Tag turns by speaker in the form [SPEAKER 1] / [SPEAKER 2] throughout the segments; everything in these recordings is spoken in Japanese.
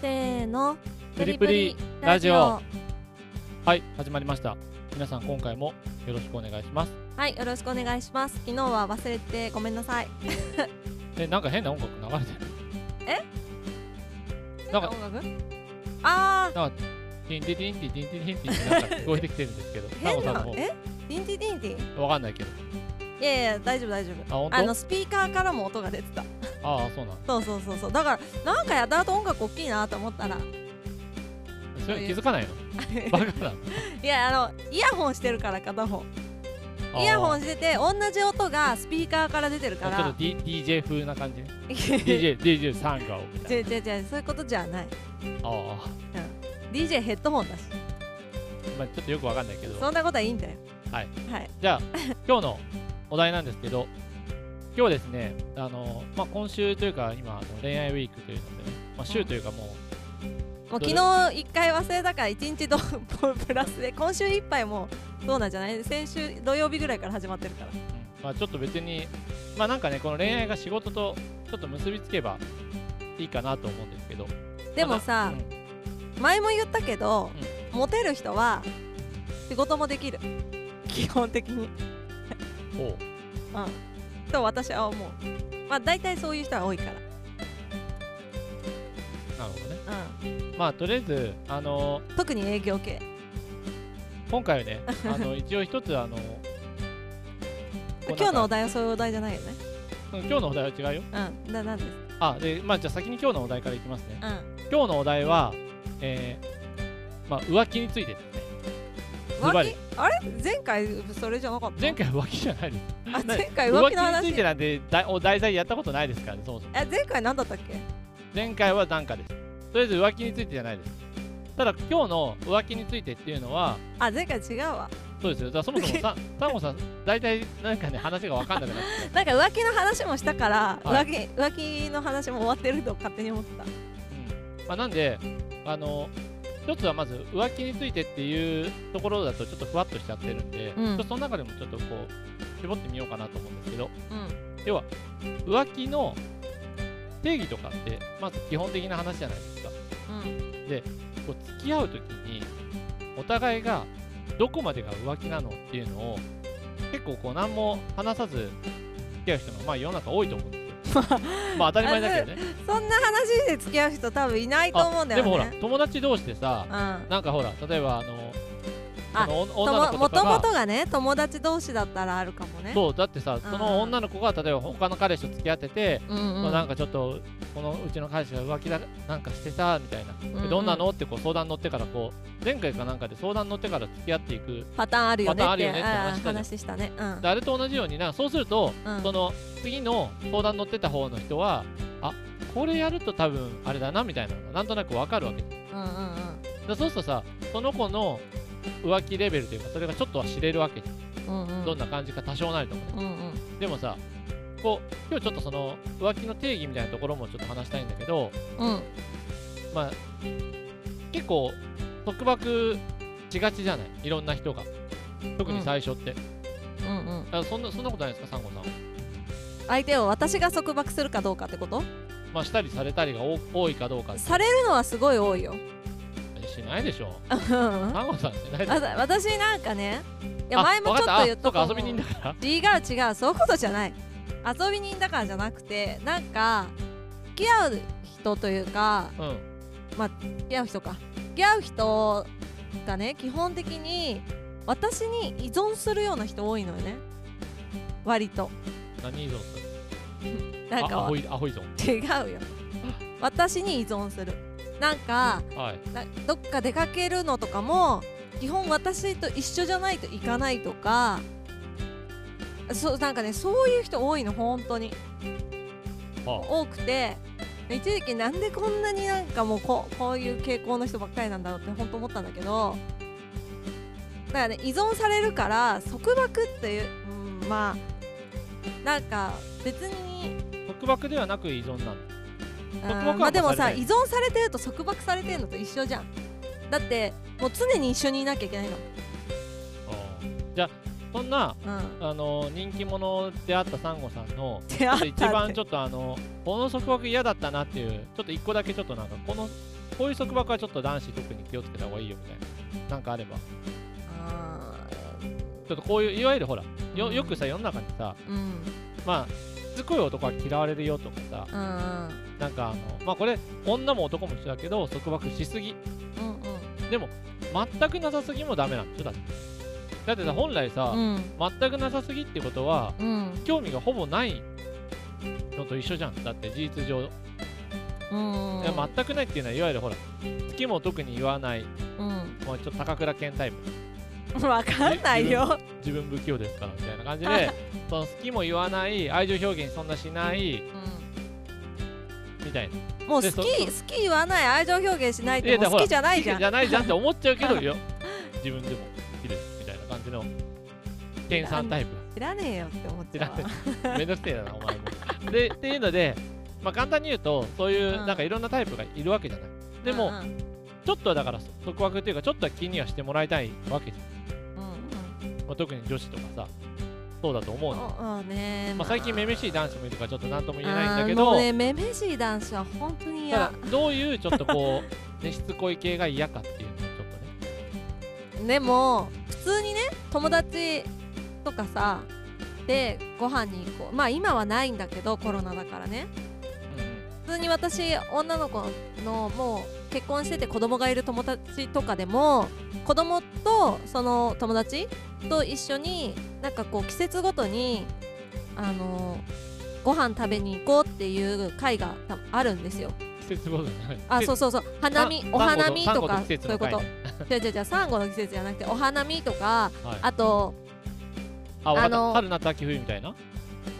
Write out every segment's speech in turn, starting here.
[SPEAKER 1] せーの
[SPEAKER 2] プリプリラジオはい始まりました皆さん今回もよろしくお願いします
[SPEAKER 1] はいよろしくお願いします昨日は忘れてごめんなさい
[SPEAKER 2] えなんか変な音楽流れてるなんか
[SPEAKER 1] 音楽あ
[SPEAKER 2] ティンティティンティティンティティンティンってなんか聞こえてきてるんですけど
[SPEAKER 1] ー
[SPEAKER 2] ナ
[SPEAKER 1] 変
[SPEAKER 2] オさんの
[SPEAKER 1] な
[SPEAKER 2] 方
[SPEAKER 1] えディンティディンティ
[SPEAKER 2] わかんないけど
[SPEAKER 1] いやいや大丈夫大丈
[SPEAKER 2] あ本
[SPEAKER 1] 夫
[SPEAKER 2] 当
[SPEAKER 1] あのスピーカーからも音が出てた
[SPEAKER 2] ああそうなん
[SPEAKER 1] そうそうそうそうだからなんかやだと音楽大きいなと思ったら
[SPEAKER 2] それ気づかない のバカだ
[SPEAKER 1] いやあのイヤホンしてるから片方イヤホン
[SPEAKER 2] し
[SPEAKER 1] してて同じ音がスピーカーから出てる
[SPEAKER 2] ちょ
[SPEAKER 1] か
[SPEAKER 2] っと
[SPEAKER 1] ら
[SPEAKER 2] D- DJ 風な感じね
[SPEAKER 1] DJ
[SPEAKER 2] DJ DJ サンガをみたい
[SPEAKER 1] 違う違う違うそういうことじゃない
[SPEAKER 2] なああ
[SPEAKER 1] DJ ヘッドホンだし
[SPEAKER 2] まあちょっとよくわかんないけど
[SPEAKER 1] そんなことはいいんだよ
[SPEAKER 2] はい
[SPEAKER 1] はい
[SPEAKER 2] じゃあ今日のお題なんですけど今日ですねあの、まあ、今週というか今あの恋愛ウィークというので、ねまあ、週というかも
[SPEAKER 1] もう昨日一回忘れたから一日ど プラスで今週いっぱいもうそうなんじゃない先週土曜日ぐらいから始まってるから
[SPEAKER 2] う、うんまあ、ちょっと別にまあなんかねこの恋愛が仕事とちょっと結びつけばいいかなと思うんですけど
[SPEAKER 1] でもさ、前も言ったけど、モテる人は仕事もできる基本的に
[SPEAKER 2] うんおう
[SPEAKER 1] と私は思うまあ大体そういう人は多いから
[SPEAKER 2] なるほどね
[SPEAKER 1] うん
[SPEAKER 2] まあとりあえずあの
[SPEAKER 1] 特に営業系
[SPEAKER 2] 今回 はねあの一応一つあのこうなんか
[SPEAKER 1] 今日のお題はそういうお題じゃないよね
[SPEAKER 2] うん今日のお題は違うよ
[SPEAKER 1] うんななんです
[SPEAKER 2] あでまあじゃあ先に今日のお題からいきますね
[SPEAKER 1] うん
[SPEAKER 2] 今日のお題は、えーまあ、浮気についてですねズバ
[SPEAKER 1] 浮
[SPEAKER 2] リ
[SPEAKER 1] 気あれ前回それじゃなかった
[SPEAKER 2] 前回浮気じゃないです
[SPEAKER 1] あ
[SPEAKER 2] な
[SPEAKER 1] 前回
[SPEAKER 2] 浮
[SPEAKER 1] 浮
[SPEAKER 2] 気
[SPEAKER 1] 気の
[SPEAKER 2] につい
[SPEAKER 1] 話
[SPEAKER 2] てなんてだお題材やったことないですからねそもそも
[SPEAKER 1] え前回何だったっけ
[SPEAKER 2] 前回はなんかですとりあえず浮気についてじゃないですただ今日の浮気についてっていうのは
[SPEAKER 1] あ前回違うわ
[SPEAKER 2] そうですよだからそもそ もさサンゴさん大体なんかね話が分かんなくなって
[SPEAKER 1] なんか浮気の話もしたから、
[SPEAKER 2] はい
[SPEAKER 1] 浮気浮気の話も終わってると勝手に思ってた
[SPEAKER 2] うんまあ、なんであの一つはまず浮気についてっていうところだとちょっとふわっとしちゃってるんで、
[SPEAKER 1] うん
[SPEAKER 2] ちょっとその中でもちょっとこう絞ってみようかなと思うんですけど
[SPEAKER 1] うん
[SPEAKER 2] 浮気の定義とかってまず基本的な話じゃないですか
[SPEAKER 1] うん
[SPEAKER 2] こう付き合う時にお互いがどこまでが浮気なのっていうのを結構こう何も話さず付き合う人がまあ世の中多いと思うんですよ まあ当たり前だけどね
[SPEAKER 1] そんな話で付き合う人多分いないと思うんだ
[SPEAKER 2] で
[SPEAKER 1] よ
[SPEAKER 2] もほら
[SPEAKER 1] ね
[SPEAKER 2] 友達同士でさ
[SPEAKER 1] うん
[SPEAKER 2] なんかほら例えばあの
[SPEAKER 1] あ
[SPEAKER 2] その女
[SPEAKER 1] と
[SPEAKER 2] 女の
[SPEAKER 1] も
[SPEAKER 2] 子
[SPEAKER 1] も
[SPEAKER 2] とか
[SPEAKER 1] とも
[SPEAKER 2] が
[SPEAKER 1] とがね友達同士だったらあるかもね
[SPEAKER 2] そうだってさその女の子が例えば他の彼氏と付き合ってて、
[SPEAKER 1] う、んうん
[SPEAKER 2] まあ、なんかちょっとこのうちの彼氏が浮気だなんかしてさみたいな、
[SPEAKER 1] うんうん
[SPEAKER 2] どんなのってこう相談乗ってからこう前回かなんかで相談乗ってから付き合っていく
[SPEAKER 1] パターンあるよね
[SPEAKER 2] パターンあ
[SPEAKER 1] っ
[SPEAKER 2] る
[SPEAKER 1] て
[SPEAKER 2] よねって話したじゃ
[SPEAKER 1] うん
[SPEAKER 2] ん
[SPEAKER 1] 話したねうん
[SPEAKER 2] であれと同じようになんかそうすると、
[SPEAKER 1] うん
[SPEAKER 2] その次の相談乗ってた方の人はあこれやると多分あれだなみたいなのがなんとなくわかるわけだ
[SPEAKER 1] うんうん
[SPEAKER 2] そうするとさその子の浮気レベルというかそれがちょっとは知れるわけじゃん、
[SPEAKER 1] うんうんうん
[SPEAKER 2] どんな感じか多少なりともね
[SPEAKER 1] うんうん
[SPEAKER 2] でもさこう今日ちょっとその浮気の定義みたいなところもちょっと話したいんだけど
[SPEAKER 1] うん
[SPEAKER 2] まあ結構束縛しがちじゃないいろんな人が特に最初って、
[SPEAKER 1] うんうん
[SPEAKER 2] あそんなそんなことないですかサンゴさんは
[SPEAKER 1] 相手を私が束縛するかどうかってこと
[SPEAKER 2] まあしたりされたりが多多いかどうかって
[SPEAKER 1] されるのはすごい多いよ
[SPEAKER 2] しないでしょ
[SPEAKER 1] うん
[SPEAKER 2] サンゴさんしないでしょ
[SPEAKER 1] あた私なんかねいや
[SPEAKER 2] あ
[SPEAKER 1] 前もちょっと言った
[SPEAKER 2] わか
[SPEAKER 1] と
[SPEAKER 2] ったあそうか遊び
[SPEAKER 1] 思う
[SPEAKER 2] 人だから
[SPEAKER 1] 違う違うそういうことじゃない遊び人だからじゃなくてなんか付き合う人というか
[SPEAKER 2] うん
[SPEAKER 1] 付き合う人か付き合う人がね基本的に私に依存するような人多いのよね割と
[SPEAKER 2] 何依存する
[SPEAKER 1] なん
[SPEAKER 2] あア
[SPEAKER 1] か
[SPEAKER 2] ホいアホ依存
[SPEAKER 1] 違うよ私に依存するなんか
[SPEAKER 2] はい
[SPEAKER 1] などっか出かけるのとかも基本私と一緒じゃないと行かないとかそうなんかねそういう人多いの本当に
[SPEAKER 2] は
[SPEAKER 1] 多くて一時期なんでこんなになんかもうここういう傾向の人ばっかりなんだろうって本当思ったんだけどだからね依存されるから束縛っていう、うん、まあなんか別に
[SPEAKER 2] あ束縛ではなく依存なの
[SPEAKER 1] うん
[SPEAKER 2] 束縛は
[SPEAKER 1] まあでも
[SPEAKER 2] さ
[SPEAKER 1] さ
[SPEAKER 2] れない
[SPEAKER 1] 依存されてると束縛されてるのと一緒じゃんだってもう常に一緒にいなきゃいけないの
[SPEAKER 2] あーじゃあそんな
[SPEAKER 1] うん
[SPEAKER 2] あの人気者であったサンゴさんの
[SPEAKER 1] 出会ったって
[SPEAKER 2] 一番ちょっとあのこの束縛嫌だったなっていうちょっと一個だけちょっとなんかこのこういう束縛はちょっと男子特に気をつけた方がいいよみたいななんかあればち
[SPEAKER 1] あ
[SPEAKER 2] ょっとこういういわゆるほらよよくさ世の中にさ
[SPEAKER 1] ーうん
[SPEAKER 2] まあしつこい男は嫌われるよとかさ
[SPEAKER 1] うんうん
[SPEAKER 2] なんかあのまあこれ女も男も一緒だけど束縛しすぎでも全くなさすぎもダメなんでしょだってだってさ本来さ、
[SPEAKER 1] うんうん
[SPEAKER 2] 全くなさすぎってことは
[SPEAKER 1] うん
[SPEAKER 2] 興味がほぼないのと一緒じゃんだって事実上、い
[SPEAKER 1] うん
[SPEAKER 2] や全くないっていうのはいわゆるほら好きも特に言わない、
[SPEAKER 1] うん
[SPEAKER 2] まあ、ちょっと高倉健タイプ
[SPEAKER 1] 分かんないよ
[SPEAKER 2] 自分不器用ですからみたいな感じ でその好きも言わない愛情表現そんなしないみたいな
[SPEAKER 1] うんもう好
[SPEAKER 2] で
[SPEAKER 1] き
[SPEAKER 2] そ
[SPEAKER 1] 好き言わない愛情表現しないっ
[SPEAKER 2] いや
[SPEAKER 1] て
[SPEAKER 2] だ
[SPEAKER 1] もう
[SPEAKER 2] から
[SPEAKER 1] 好きじゃないじゃん
[SPEAKER 2] じゃないじゃんって思っちゃう けどよ自分でも好きですみたいな感じの研さんタイプ
[SPEAKER 1] 知らねえよって思っちゃうわ
[SPEAKER 2] めんどくせえな、お前も。で、っていうので、まあ、簡単に言うと、そういう、
[SPEAKER 1] うん
[SPEAKER 2] なんかいろんなタイプがいるわけじゃない。でも、
[SPEAKER 1] うん
[SPEAKER 2] ちょっとはだから、束縛っていうか、ちょっとは気にはしてもらいたいわけじ
[SPEAKER 1] うん
[SPEAKER 2] ゃん。まあ、特に女子とかさ、そうだと思うの。
[SPEAKER 1] うんうんね
[SPEAKER 2] まあ、最近、めめ
[SPEAKER 1] しい
[SPEAKER 2] しい男子もいるから、ちょっとなんとも言えないんだけど、
[SPEAKER 1] ねめめしい男子は本当に
[SPEAKER 2] た
[SPEAKER 1] 嫌
[SPEAKER 2] だ、どういうちょっとこう、 ね、しつこい系が嫌かっていうのをちょっとね。
[SPEAKER 1] でも普通にね友達とかさでご飯に行こうまあ今はないんだけどコロナだからね普通に私女の子のもう結婚してて子供がいる友達とかでも子供とその友達と一緒になんかこう季節ごとにあのご飯食べに行こうっていう会がたあるんですよ。
[SPEAKER 2] 季節ごとじゃない。
[SPEAKER 1] あそう
[SPEAKER 2] う
[SPEAKER 1] そうそう花見お花見とかそういうこと
[SPEAKER 2] ね、
[SPEAKER 1] じゃじゃじゃサンゴの季節じゃなくてお花見とか
[SPEAKER 2] はい、あ
[SPEAKER 1] あと
[SPEAKER 2] あわかっ
[SPEAKER 1] あの
[SPEAKER 2] た春夏秋冬みたいな。なん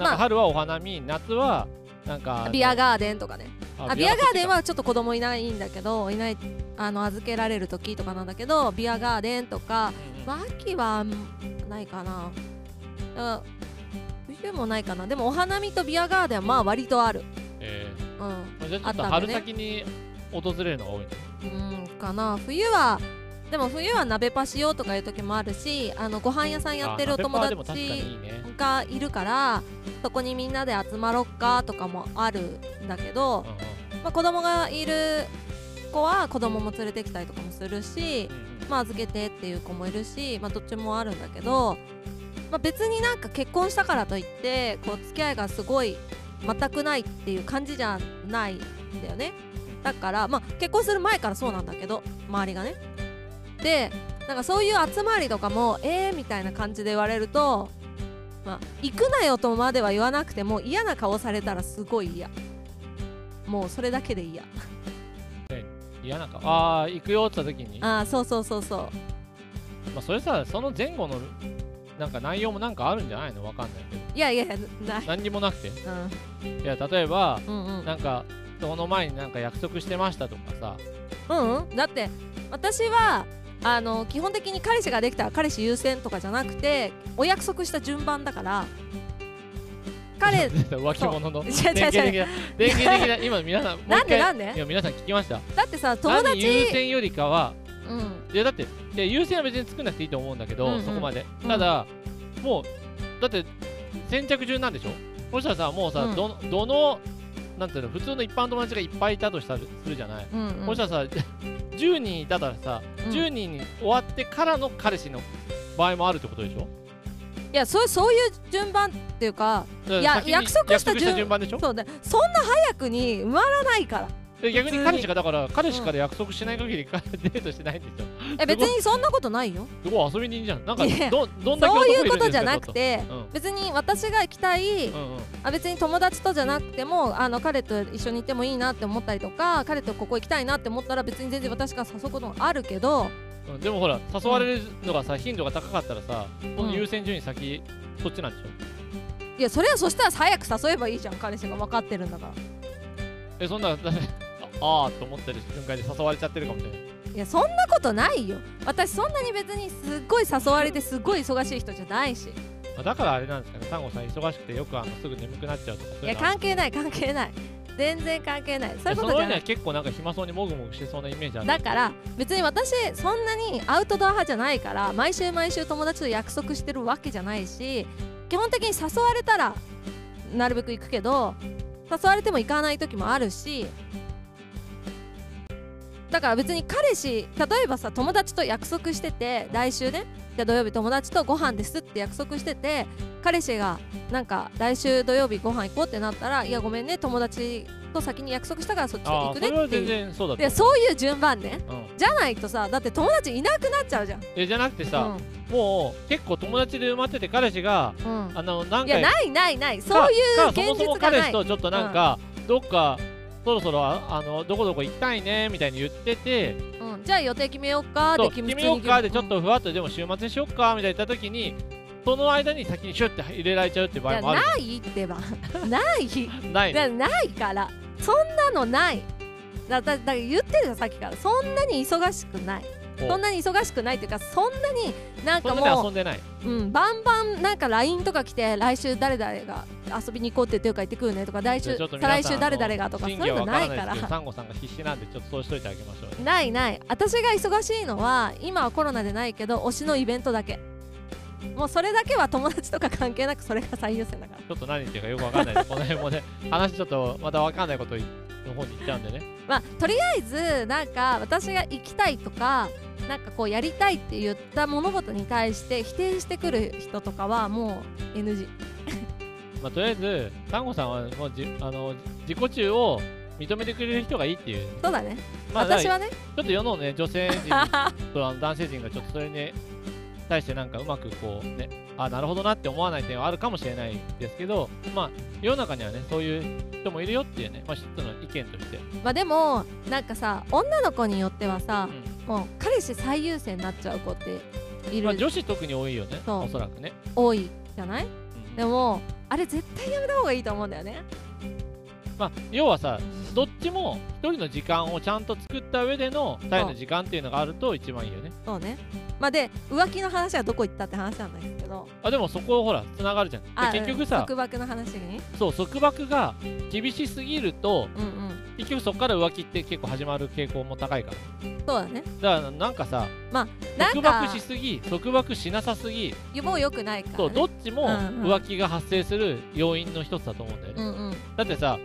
[SPEAKER 1] ま
[SPEAKER 2] か
[SPEAKER 1] あ
[SPEAKER 2] 春はお花見、夏はなんか
[SPEAKER 1] ビアガーデンとかねあビアガーデン
[SPEAKER 2] は
[SPEAKER 1] はちょっと子供いないんだけどいないあの預けられる時とかなんだけどビアガーデンとか、まあ、秋はんないかなだから冬もないかなでもお花見とビアガーデンはまあ割とある
[SPEAKER 2] え
[SPEAKER 1] う
[SPEAKER 2] ー
[SPEAKER 1] ん、
[SPEAKER 2] まあじゃあちょ
[SPEAKER 1] あ
[SPEAKER 2] っ
[SPEAKER 1] っ
[SPEAKER 2] と
[SPEAKER 1] たんだね
[SPEAKER 2] 春先に訪れるのが多いね
[SPEAKER 1] うん、かな冬はでも冬は鍋パしようとかいう時もあるしあのご飯屋さんやってるお友
[SPEAKER 2] あナペパーでも確かにい
[SPEAKER 1] 達
[SPEAKER 2] いね
[SPEAKER 1] がいるからそこにみんなで集まろっかとかもあるんだけど、まあ、子供がいる子は子供も連れてきたりとかもするし
[SPEAKER 2] う、んうん
[SPEAKER 1] まあ、預けてっていう子もいるし、まあ、どっちもあるんだけど、まあ、別になんか結婚したからといってこう付き合いがすごい全くないっていう感じじゃないんだよねだから、まあ、結婚する前からそうなんだけど周りがねでなんかそういう集まりとかもえーみたいな感じで言われると、まあ、行くなよとまでは言わなくても嫌な顔されたらすごい嫌もうそれだけで嫌
[SPEAKER 2] 嫌なんかああ行くよって言った時にま
[SPEAKER 1] ああそうそうそうそ
[SPEAKER 2] あそれさその前後のなんか内容もなんかあるんじゃないのわかんないけど
[SPEAKER 1] ういやいやいやない、
[SPEAKER 2] 何にもなくてい
[SPEAKER 1] うん
[SPEAKER 2] や例えば
[SPEAKER 1] うんうん、
[SPEAKER 2] なんかその前になんか約束してましたとかさ
[SPEAKER 1] うん、うん、だって私はあの基本的に彼氏ができたら彼氏優先とかじゃなくてお約束した順番だから 彼
[SPEAKER 2] 浮気者の
[SPEAKER 1] 違う違う違う
[SPEAKER 2] 典型的な典型的な今皆さんもう一
[SPEAKER 1] なんで
[SPEAKER 2] 回
[SPEAKER 1] なん
[SPEAKER 2] い
[SPEAKER 1] で
[SPEAKER 2] や皆さん聞きました
[SPEAKER 1] だってさ友
[SPEAKER 2] 何優
[SPEAKER 1] 達
[SPEAKER 2] 先よりかは
[SPEAKER 1] うん
[SPEAKER 2] いやだっていや優先は別に作んなくていいと思うんだけど、
[SPEAKER 1] うんうん
[SPEAKER 2] そこまで
[SPEAKER 1] うん
[SPEAKER 2] ただ、もうだって先着順なんでしょそしたらさもうさ、
[SPEAKER 1] うん
[SPEAKER 2] どのどのなんていうの普通の一般の友達がいっぱいいたとしたらするじゃない、
[SPEAKER 1] うんうん
[SPEAKER 2] そしたらさ 10人いたからさ、
[SPEAKER 1] うん
[SPEAKER 2] 10人に終わってからの彼氏の場合もあるってことでしょ
[SPEAKER 1] いやそうそういう順番っていうか
[SPEAKER 2] だ
[SPEAKER 1] い
[SPEAKER 2] か
[SPEAKER 1] や
[SPEAKER 2] ら先に
[SPEAKER 1] 約束した順
[SPEAKER 2] 約順番でしょ
[SPEAKER 1] そうねそんな早くに埋まらないから
[SPEAKER 2] で逆に
[SPEAKER 1] 普通に
[SPEAKER 2] 彼氏がだから彼氏から約束しない限り、彼デートしてないんでしょ
[SPEAKER 1] え別にそんなことないよ
[SPEAKER 2] すごい遊び人じゃんなんか
[SPEAKER 1] いや
[SPEAKER 2] どどんだけ
[SPEAKER 1] そうい
[SPEAKER 2] 男
[SPEAKER 1] う
[SPEAKER 2] いる
[SPEAKER 1] こ
[SPEAKER 2] んですか
[SPEAKER 1] とじゃなくて
[SPEAKER 2] ちょっ
[SPEAKER 1] 別に私が行きたい
[SPEAKER 2] とうんうんうん
[SPEAKER 1] あ別に友達とじゃなくてもあの彼と一緒にいてもいいなって思ったりとか彼とここ行きたいなって思ったら別に全然私が誘うこともあるけど
[SPEAKER 2] うんでもほら誘われるのがさ、頻度が高かったらさ、この優先順位先そっちなんでしょ
[SPEAKER 1] いやそれはそしたら早く誘えばいいじゃん彼氏が分かってるんだから
[SPEAKER 2] えそんなだって ああーと思ってる瞬間で誘われちゃってるかもしれない
[SPEAKER 1] いやそんなことないよ私そんなに別にすっごい誘われてすっごい忙しい人じゃないし
[SPEAKER 2] まあだからあれなんですかねサンゴさん忙しくてよくあのすぐ眠くなっちゃうとかそう
[SPEAKER 1] い
[SPEAKER 2] い
[SPEAKER 1] や
[SPEAKER 2] うのある
[SPEAKER 1] 関係ない関係ない全然関係ないそういう
[SPEAKER 2] そ
[SPEAKER 1] こと
[SPEAKER 2] の
[SPEAKER 1] じ
[SPEAKER 2] 上
[SPEAKER 1] ゃ
[SPEAKER 2] に
[SPEAKER 1] な
[SPEAKER 2] はい結構なんか暇そうにもぐもぐしてそうなイメージある
[SPEAKER 1] だから別に私そんなにアウトドア派じゃないから毎週毎週友達と約束してるわけじゃないし基本的に誘われたらなるべく行くけど誘われても行かない時もあるしだから別に彼氏例えばさ友達と約束してて来週ねじゃあ土曜日友達とご飯ですって約束してて彼氏がなんか来週土曜日ご飯行こうってなったらいやごめんね友達と先に約束したからそっち
[SPEAKER 2] あ
[SPEAKER 1] 行く
[SPEAKER 2] あそ
[SPEAKER 1] ね
[SPEAKER 2] れは
[SPEAKER 1] ってい
[SPEAKER 2] 全
[SPEAKER 1] う
[SPEAKER 2] 然そうだ
[SPEAKER 1] いや
[SPEAKER 2] と
[SPEAKER 1] そういう順番ね
[SPEAKER 2] 思う、うん
[SPEAKER 1] じゃないとさだって友達いなくなっちゃうじゃん
[SPEAKER 2] えじゃなくてさ、もう結構友達で埋まってて彼氏が
[SPEAKER 1] うんうん
[SPEAKER 2] あの何
[SPEAKER 1] いや
[SPEAKER 2] 回か
[SPEAKER 1] ないないないそういう
[SPEAKER 2] か
[SPEAKER 1] 現実がない
[SPEAKER 2] そもそも彼氏とちょっとなんか、どっかそろそろああのどこどこ行きたいねみたいに言ってて
[SPEAKER 1] うん、じゃあ予定決めようか
[SPEAKER 2] そう
[SPEAKER 1] で
[SPEAKER 2] 決めようかでちょっとふわっとでも週末にしようかみたいな言った時にその間に先にシュッて入れられちゃうって場
[SPEAKER 1] い
[SPEAKER 2] 合
[SPEAKER 1] や
[SPEAKER 2] もある
[SPEAKER 1] ないってば ない
[SPEAKER 2] ない
[SPEAKER 1] だからないからそんなのないだだだから言ってるじゃんさっきからそんなに忙しくない
[SPEAKER 2] お
[SPEAKER 1] そんなに忙しくないっていうかそんなになん
[SPEAKER 2] そ
[SPEAKER 1] か
[SPEAKER 2] んなに遊
[SPEAKER 1] も
[SPEAKER 2] んでない、
[SPEAKER 1] う、うん、バンバンなんか LINE とか来て来週誰々が遊びに行こうって言ってるから行ってくるねとか来
[SPEAKER 2] じゃ
[SPEAKER 1] 週
[SPEAKER 2] あち
[SPEAKER 1] 再
[SPEAKER 2] ょっと皆さん
[SPEAKER 1] 来週誰々がとかそう
[SPEAKER 2] 真偽
[SPEAKER 1] いう
[SPEAKER 2] は
[SPEAKER 1] の
[SPEAKER 2] わ
[SPEAKER 1] な
[SPEAKER 2] からないいで
[SPEAKER 1] か
[SPEAKER 2] す
[SPEAKER 1] ら
[SPEAKER 2] けどサンゴさんが必死なんでちょっとそうしといてあげましょうね
[SPEAKER 1] ないない私が忙しいのは今はコロナでないけど推しのイベントだけもうそれだけは友達とか関係なくそれが最優先だから
[SPEAKER 2] ちょっと何言ってるかよくわかんないですこの辺もね話ちょっとまたわかんないことの方に行っちゃうんでね
[SPEAKER 1] まあとりあえずなんか私が行きたいとかなんかこうやりたいって言った物事に対して否定してくる人とかはもう NG
[SPEAKER 2] まあ、とりあえず、サンゴさんはもうじあの自己中を認めてくれる人がいいっていう、
[SPEAKER 1] そうだね、
[SPEAKER 2] まあ、だか
[SPEAKER 1] 私
[SPEAKER 2] ら
[SPEAKER 1] はね
[SPEAKER 2] ちょっと世の、ね、女性人とあの男性人がちょっとそれに対してなんかうまくこうね、あ、なるほどなって思わない点はあるかもしれないですけど、まあ、世の中にはね、そういう人もいるよっていうね、まあ、一つの意見として。
[SPEAKER 1] まあでもなんかさ女の子によってはさ
[SPEAKER 2] う、ん
[SPEAKER 1] もう彼氏最優先になっちゃう子っている、
[SPEAKER 2] まあ、女子特に多いよね、
[SPEAKER 1] そう
[SPEAKER 2] おそらくね。
[SPEAKER 1] 多いじゃない
[SPEAKER 2] うん
[SPEAKER 1] でもあれ絶対やめた方がいいと思うんだよね
[SPEAKER 2] まあ、要はさ、どっちも一人の時間をちゃんと作った上での二人の時間っていうのがあると一番いいよね。
[SPEAKER 1] そうねまあで浮気の話はどこ行ったって話なんですけど
[SPEAKER 2] あ、でもそこほら、つながるじゃん。
[SPEAKER 1] あ
[SPEAKER 2] で結局さ、
[SPEAKER 1] 束縛の話に
[SPEAKER 2] そう束縛が厳しすぎると
[SPEAKER 1] うんうん
[SPEAKER 2] 結局そこから浮気って結構始まる傾向も高いから
[SPEAKER 1] そうだね
[SPEAKER 2] だからなんかさ
[SPEAKER 1] なん
[SPEAKER 2] 束
[SPEAKER 1] か
[SPEAKER 2] 縛しすぎ束縛しなさすぎ
[SPEAKER 1] もう良くないから、ね、
[SPEAKER 2] そうどっちも
[SPEAKER 1] うんうん
[SPEAKER 2] 浮気が発生する要因の一つだと思うんだよね、
[SPEAKER 1] うんうん
[SPEAKER 2] だってさ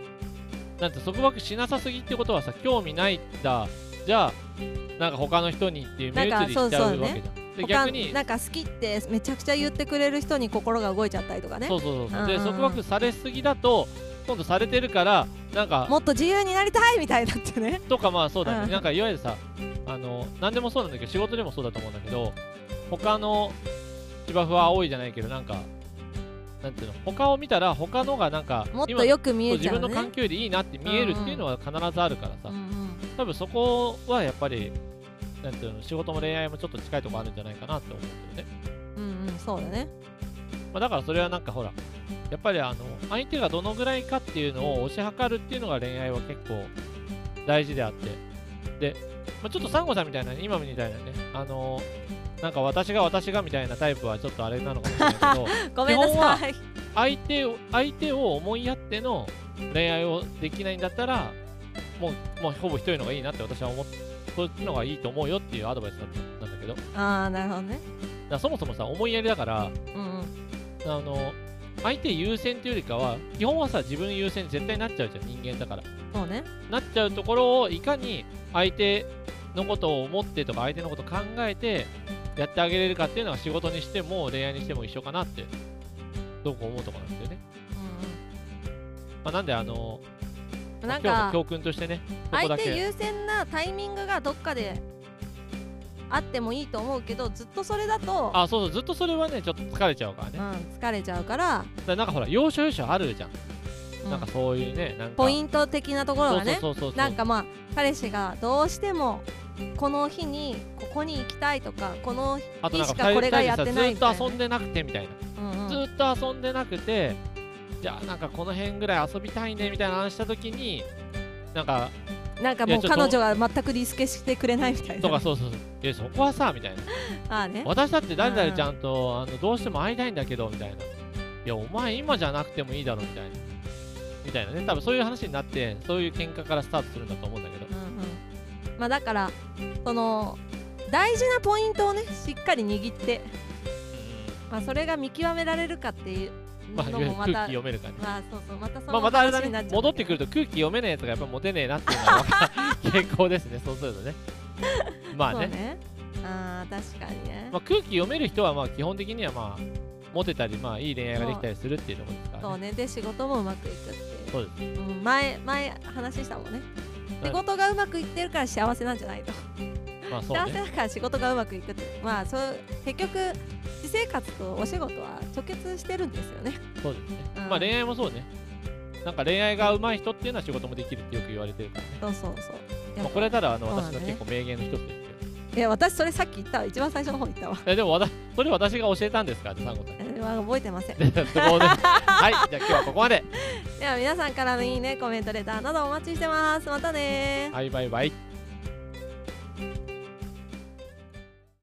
[SPEAKER 2] なんて束縛しなさすぎってことはさ興味ないんだじゃあなんか他の人にっていう目移りしちゃ
[SPEAKER 1] なんかそう
[SPEAKER 2] う
[SPEAKER 1] そうね
[SPEAKER 2] わけじゃんで
[SPEAKER 1] 他
[SPEAKER 2] 逆に
[SPEAKER 1] なんか好きってめちゃくちゃ言ってくれる人に心が動いちゃったりとかね
[SPEAKER 2] そうそうそう、で
[SPEAKER 1] うんうんう
[SPEAKER 2] 束
[SPEAKER 1] ん
[SPEAKER 2] 縛されすぎだと今度されてるからなんか
[SPEAKER 1] もっと自由になりたいみたいになってね
[SPEAKER 2] とかまあそうだ
[SPEAKER 1] う
[SPEAKER 2] ね
[SPEAKER 1] ん
[SPEAKER 2] なんかいわゆるさあの何でもそうなんだけど仕事でもそうだと思うんだけど他の芝生は多いじゃないけどなんかなんていうの他を見たら他のがなんか
[SPEAKER 1] もっ
[SPEAKER 2] 今
[SPEAKER 1] とよく見
[SPEAKER 2] そう
[SPEAKER 1] え
[SPEAKER 2] 自
[SPEAKER 1] ちゃう
[SPEAKER 2] 分
[SPEAKER 1] ね
[SPEAKER 2] の環境よりいいなって見えるっていうのは必ずあるからさ、
[SPEAKER 1] うんうん
[SPEAKER 2] 多分そこはやっぱりなんていうの仕事も恋愛もちょっと近いとこあるんじゃないかなって思うんだよね、
[SPEAKER 1] うんうんそうだね
[SPEAKER 2] まあ、だからそれはなんかほらやっぱりあの相手がどのぐらいかっていうのを推し量るっていうのが恋愛は結構大事であってで、まあ、ちょっとサンゴさんみたいなね今みたいなねあのなんか私が私がみたいなタイプはちょっとあれなのかもしれないけど
[SPEAKER 1] ごめんなさい
[SPEAKER 2] 相手を相手を思いやっての恋愛をできないんだったらもうもうほぼ一人のがいいなって私は思ってそっちのがいいと思うよっていうアドバイスだったんだけどだ か
[SPEAKER 1] ああなるほどね
[SPEAKER 2] らそもそもさ思いやりだから
[SPEAKER 1] うんうん
[SPEAKER 2] あの相手優先っていうよりかは基本はさ自分優先に絶対なっちゃうじゃん人間だから
[SPEAKER 1] そうね
[SPEAKER 2] なっちゃうところをいかに相手のことを思ってとか相手のことを考えてやってあげれるかっていうのは仕事にしても恋愛にしても一緒かなってどうこう思うところなんですよね、
[SPEAKER 1] うん
[SPEAKER 2] まあ、なんであの
[SPEAKER 1] うんなん
[SPEAKER 2] 今日の
[SPEAKER 1] か
[SPEAKER 2] 教訓としてねそこ
[SPEAKER 1] 相
[SPEAKER 2] だ
[SPEAKER 1] 手
[SPEAKER 2] け
[SPEAKER 1] 優先なタイミングがどっかであってもいいと思うけどずっとそれだと、
[SPEAKER 2] あそうそうずっとそれはねちょっと疲れちゃうからね
[SPEAKER 1] うん、疲れちゃうから、
[SPEAKER 2] だからなんかほら要所要所あるじゃん、
[SPEAKER 1] うん
[SPEAKER 2] なんかそういうねなんか
[SPEAKER 1] ポイ
[SPEAKER 2] ン
[SPEAKER 1] ント的なところがね
[SPEAKER 2] そうそうそうそう
[SPEAKER 1] なんかまあ彼氏がどうしてもこの日にここに行きたいとかこの日、
[SPEAKER 2] あとなんか
[SPEAKER 1] しかこれがやってない
[SPEAKER 2] 二人
[SPEAKER 1] み
[SPEAKER 2] で
[SPEAKER 1] た
[SPEAKER 2] さ
[SPEAKER 1] いな
[SPEAKER 2] ずっと遊んでなくてみたいな、
[SPEAKER 1] うんうん
[SPEAKER 2] ずっと遊んでなくてじゃあなんかこの辺ぐらい遊びたいねみたいな話した時になんか
[SPEAKER 1] なんか
[SPEAKER 2] い
[SPEAKER 1] も
[SPEAKER 2] や
[SPEAKER 1] う
[SPEAKER 2] ちょっと
[SPEAKER 1] 彼女が全くリスケしてくれないみたい
[SPEAKER 2] と
[SPEAKER 1] な
[SPEAKER 2] か そうそうそうえそこはさみたいな
[SPEAKER 1] ああね
[SPEAKER 2] 私だって誰々ちゃんとあのどうしても会いたいんだけどみたいないやお前今じゃなくてもいいだろみたいなみたいなね多分そういう話になってそういう喧嘩からスタートするんだと思うんだけど
[SPEAKER 1] うんうんまあだからその大事なポイントをねしっかり握って、まあ、それが見極められるかっていう
[SPEAKER 2] まあ、い
[SPEAKER 1] の
[SPEAKER 2] わゆる
[SPEAKER 1] もま
[SPEAKER 2] 空気
[SPEAKER 1] た
[SPEAKER 2] 読める感じ。
[SPEAKER 1] まあそうそうまたそ
[SPEAKER 2] まあ、
[SPEAKER 1] の
[SPEAKER 2] またあれだ
[SPEAKER 1] 話になっ
[SPEAKER 2] ね
[SPEAKER 1] ちゃう、
[SPEAKER 2] 戻ってくると空気読めねえやつがやっぱモテねえなっていうのは 傾向ですね、そうする とね。まあ
[SPEAKER 1] そう
[SPEAKER 2] ね、
[SPEAKER 1] ねあー確かにね
[SPEAKER 2] まあ、空気読める人はまあ基本的にはまあモテたり、まあ、いい恋愛ができたりするっていうところですから、ね。
[SPEAKER 1] そうねで仕事もうまくいくっていう
[SPEAKER 2] そう
[SPEAKER 1] うん、前前話したもんね
[SPEAKER 2] はい
[SPEAKER 1] 仕事がうまくいってるから幸せなんじゃないと、
[SPEAKER 2] まあそう
[SPEAKER 1] 幸せ
[SPEAKER 2] ね。
[SPEAKER 1] だから仕事がうまくいくってまあそう結局私生活とお仕事は直結してるんですよね
[SPEAKER 2] そうですね。
[SPEAKER 1] うん
[SPEAKER 2] まあ恋愛もそうね。なんか恋愛が上手い人っていうのは仕事もできるってよく言われてるからね。
[SPEAKER 1] そうそうそうやっ
[SPEAKER 2] ま
[SPEAKER 1] ぱ
[SPEAKER 2] あ、これただあの
[SPEAKER 1] そうだ
[SPEAKER 2] 私
[SPEAKER 1] ね
[SPEAKER 2] の結構名言の一つですけど。
[SPEAKER 1] いや私それさっき言った一番最初の方言ったわ
[SPEAKER 2] えでもわたそれ私が教えたんですからね、サンゴさんに。
[SPEAKER 1] えーまあ覚えてません
[SPEAKER 2] でそうねはい、じゃあ今日はここまで。
[SPEAKER 1] では皆さんからのいいねコメントレターなどお待ちしてますまたねー
[SPEAKER 2] はい、バイバイ。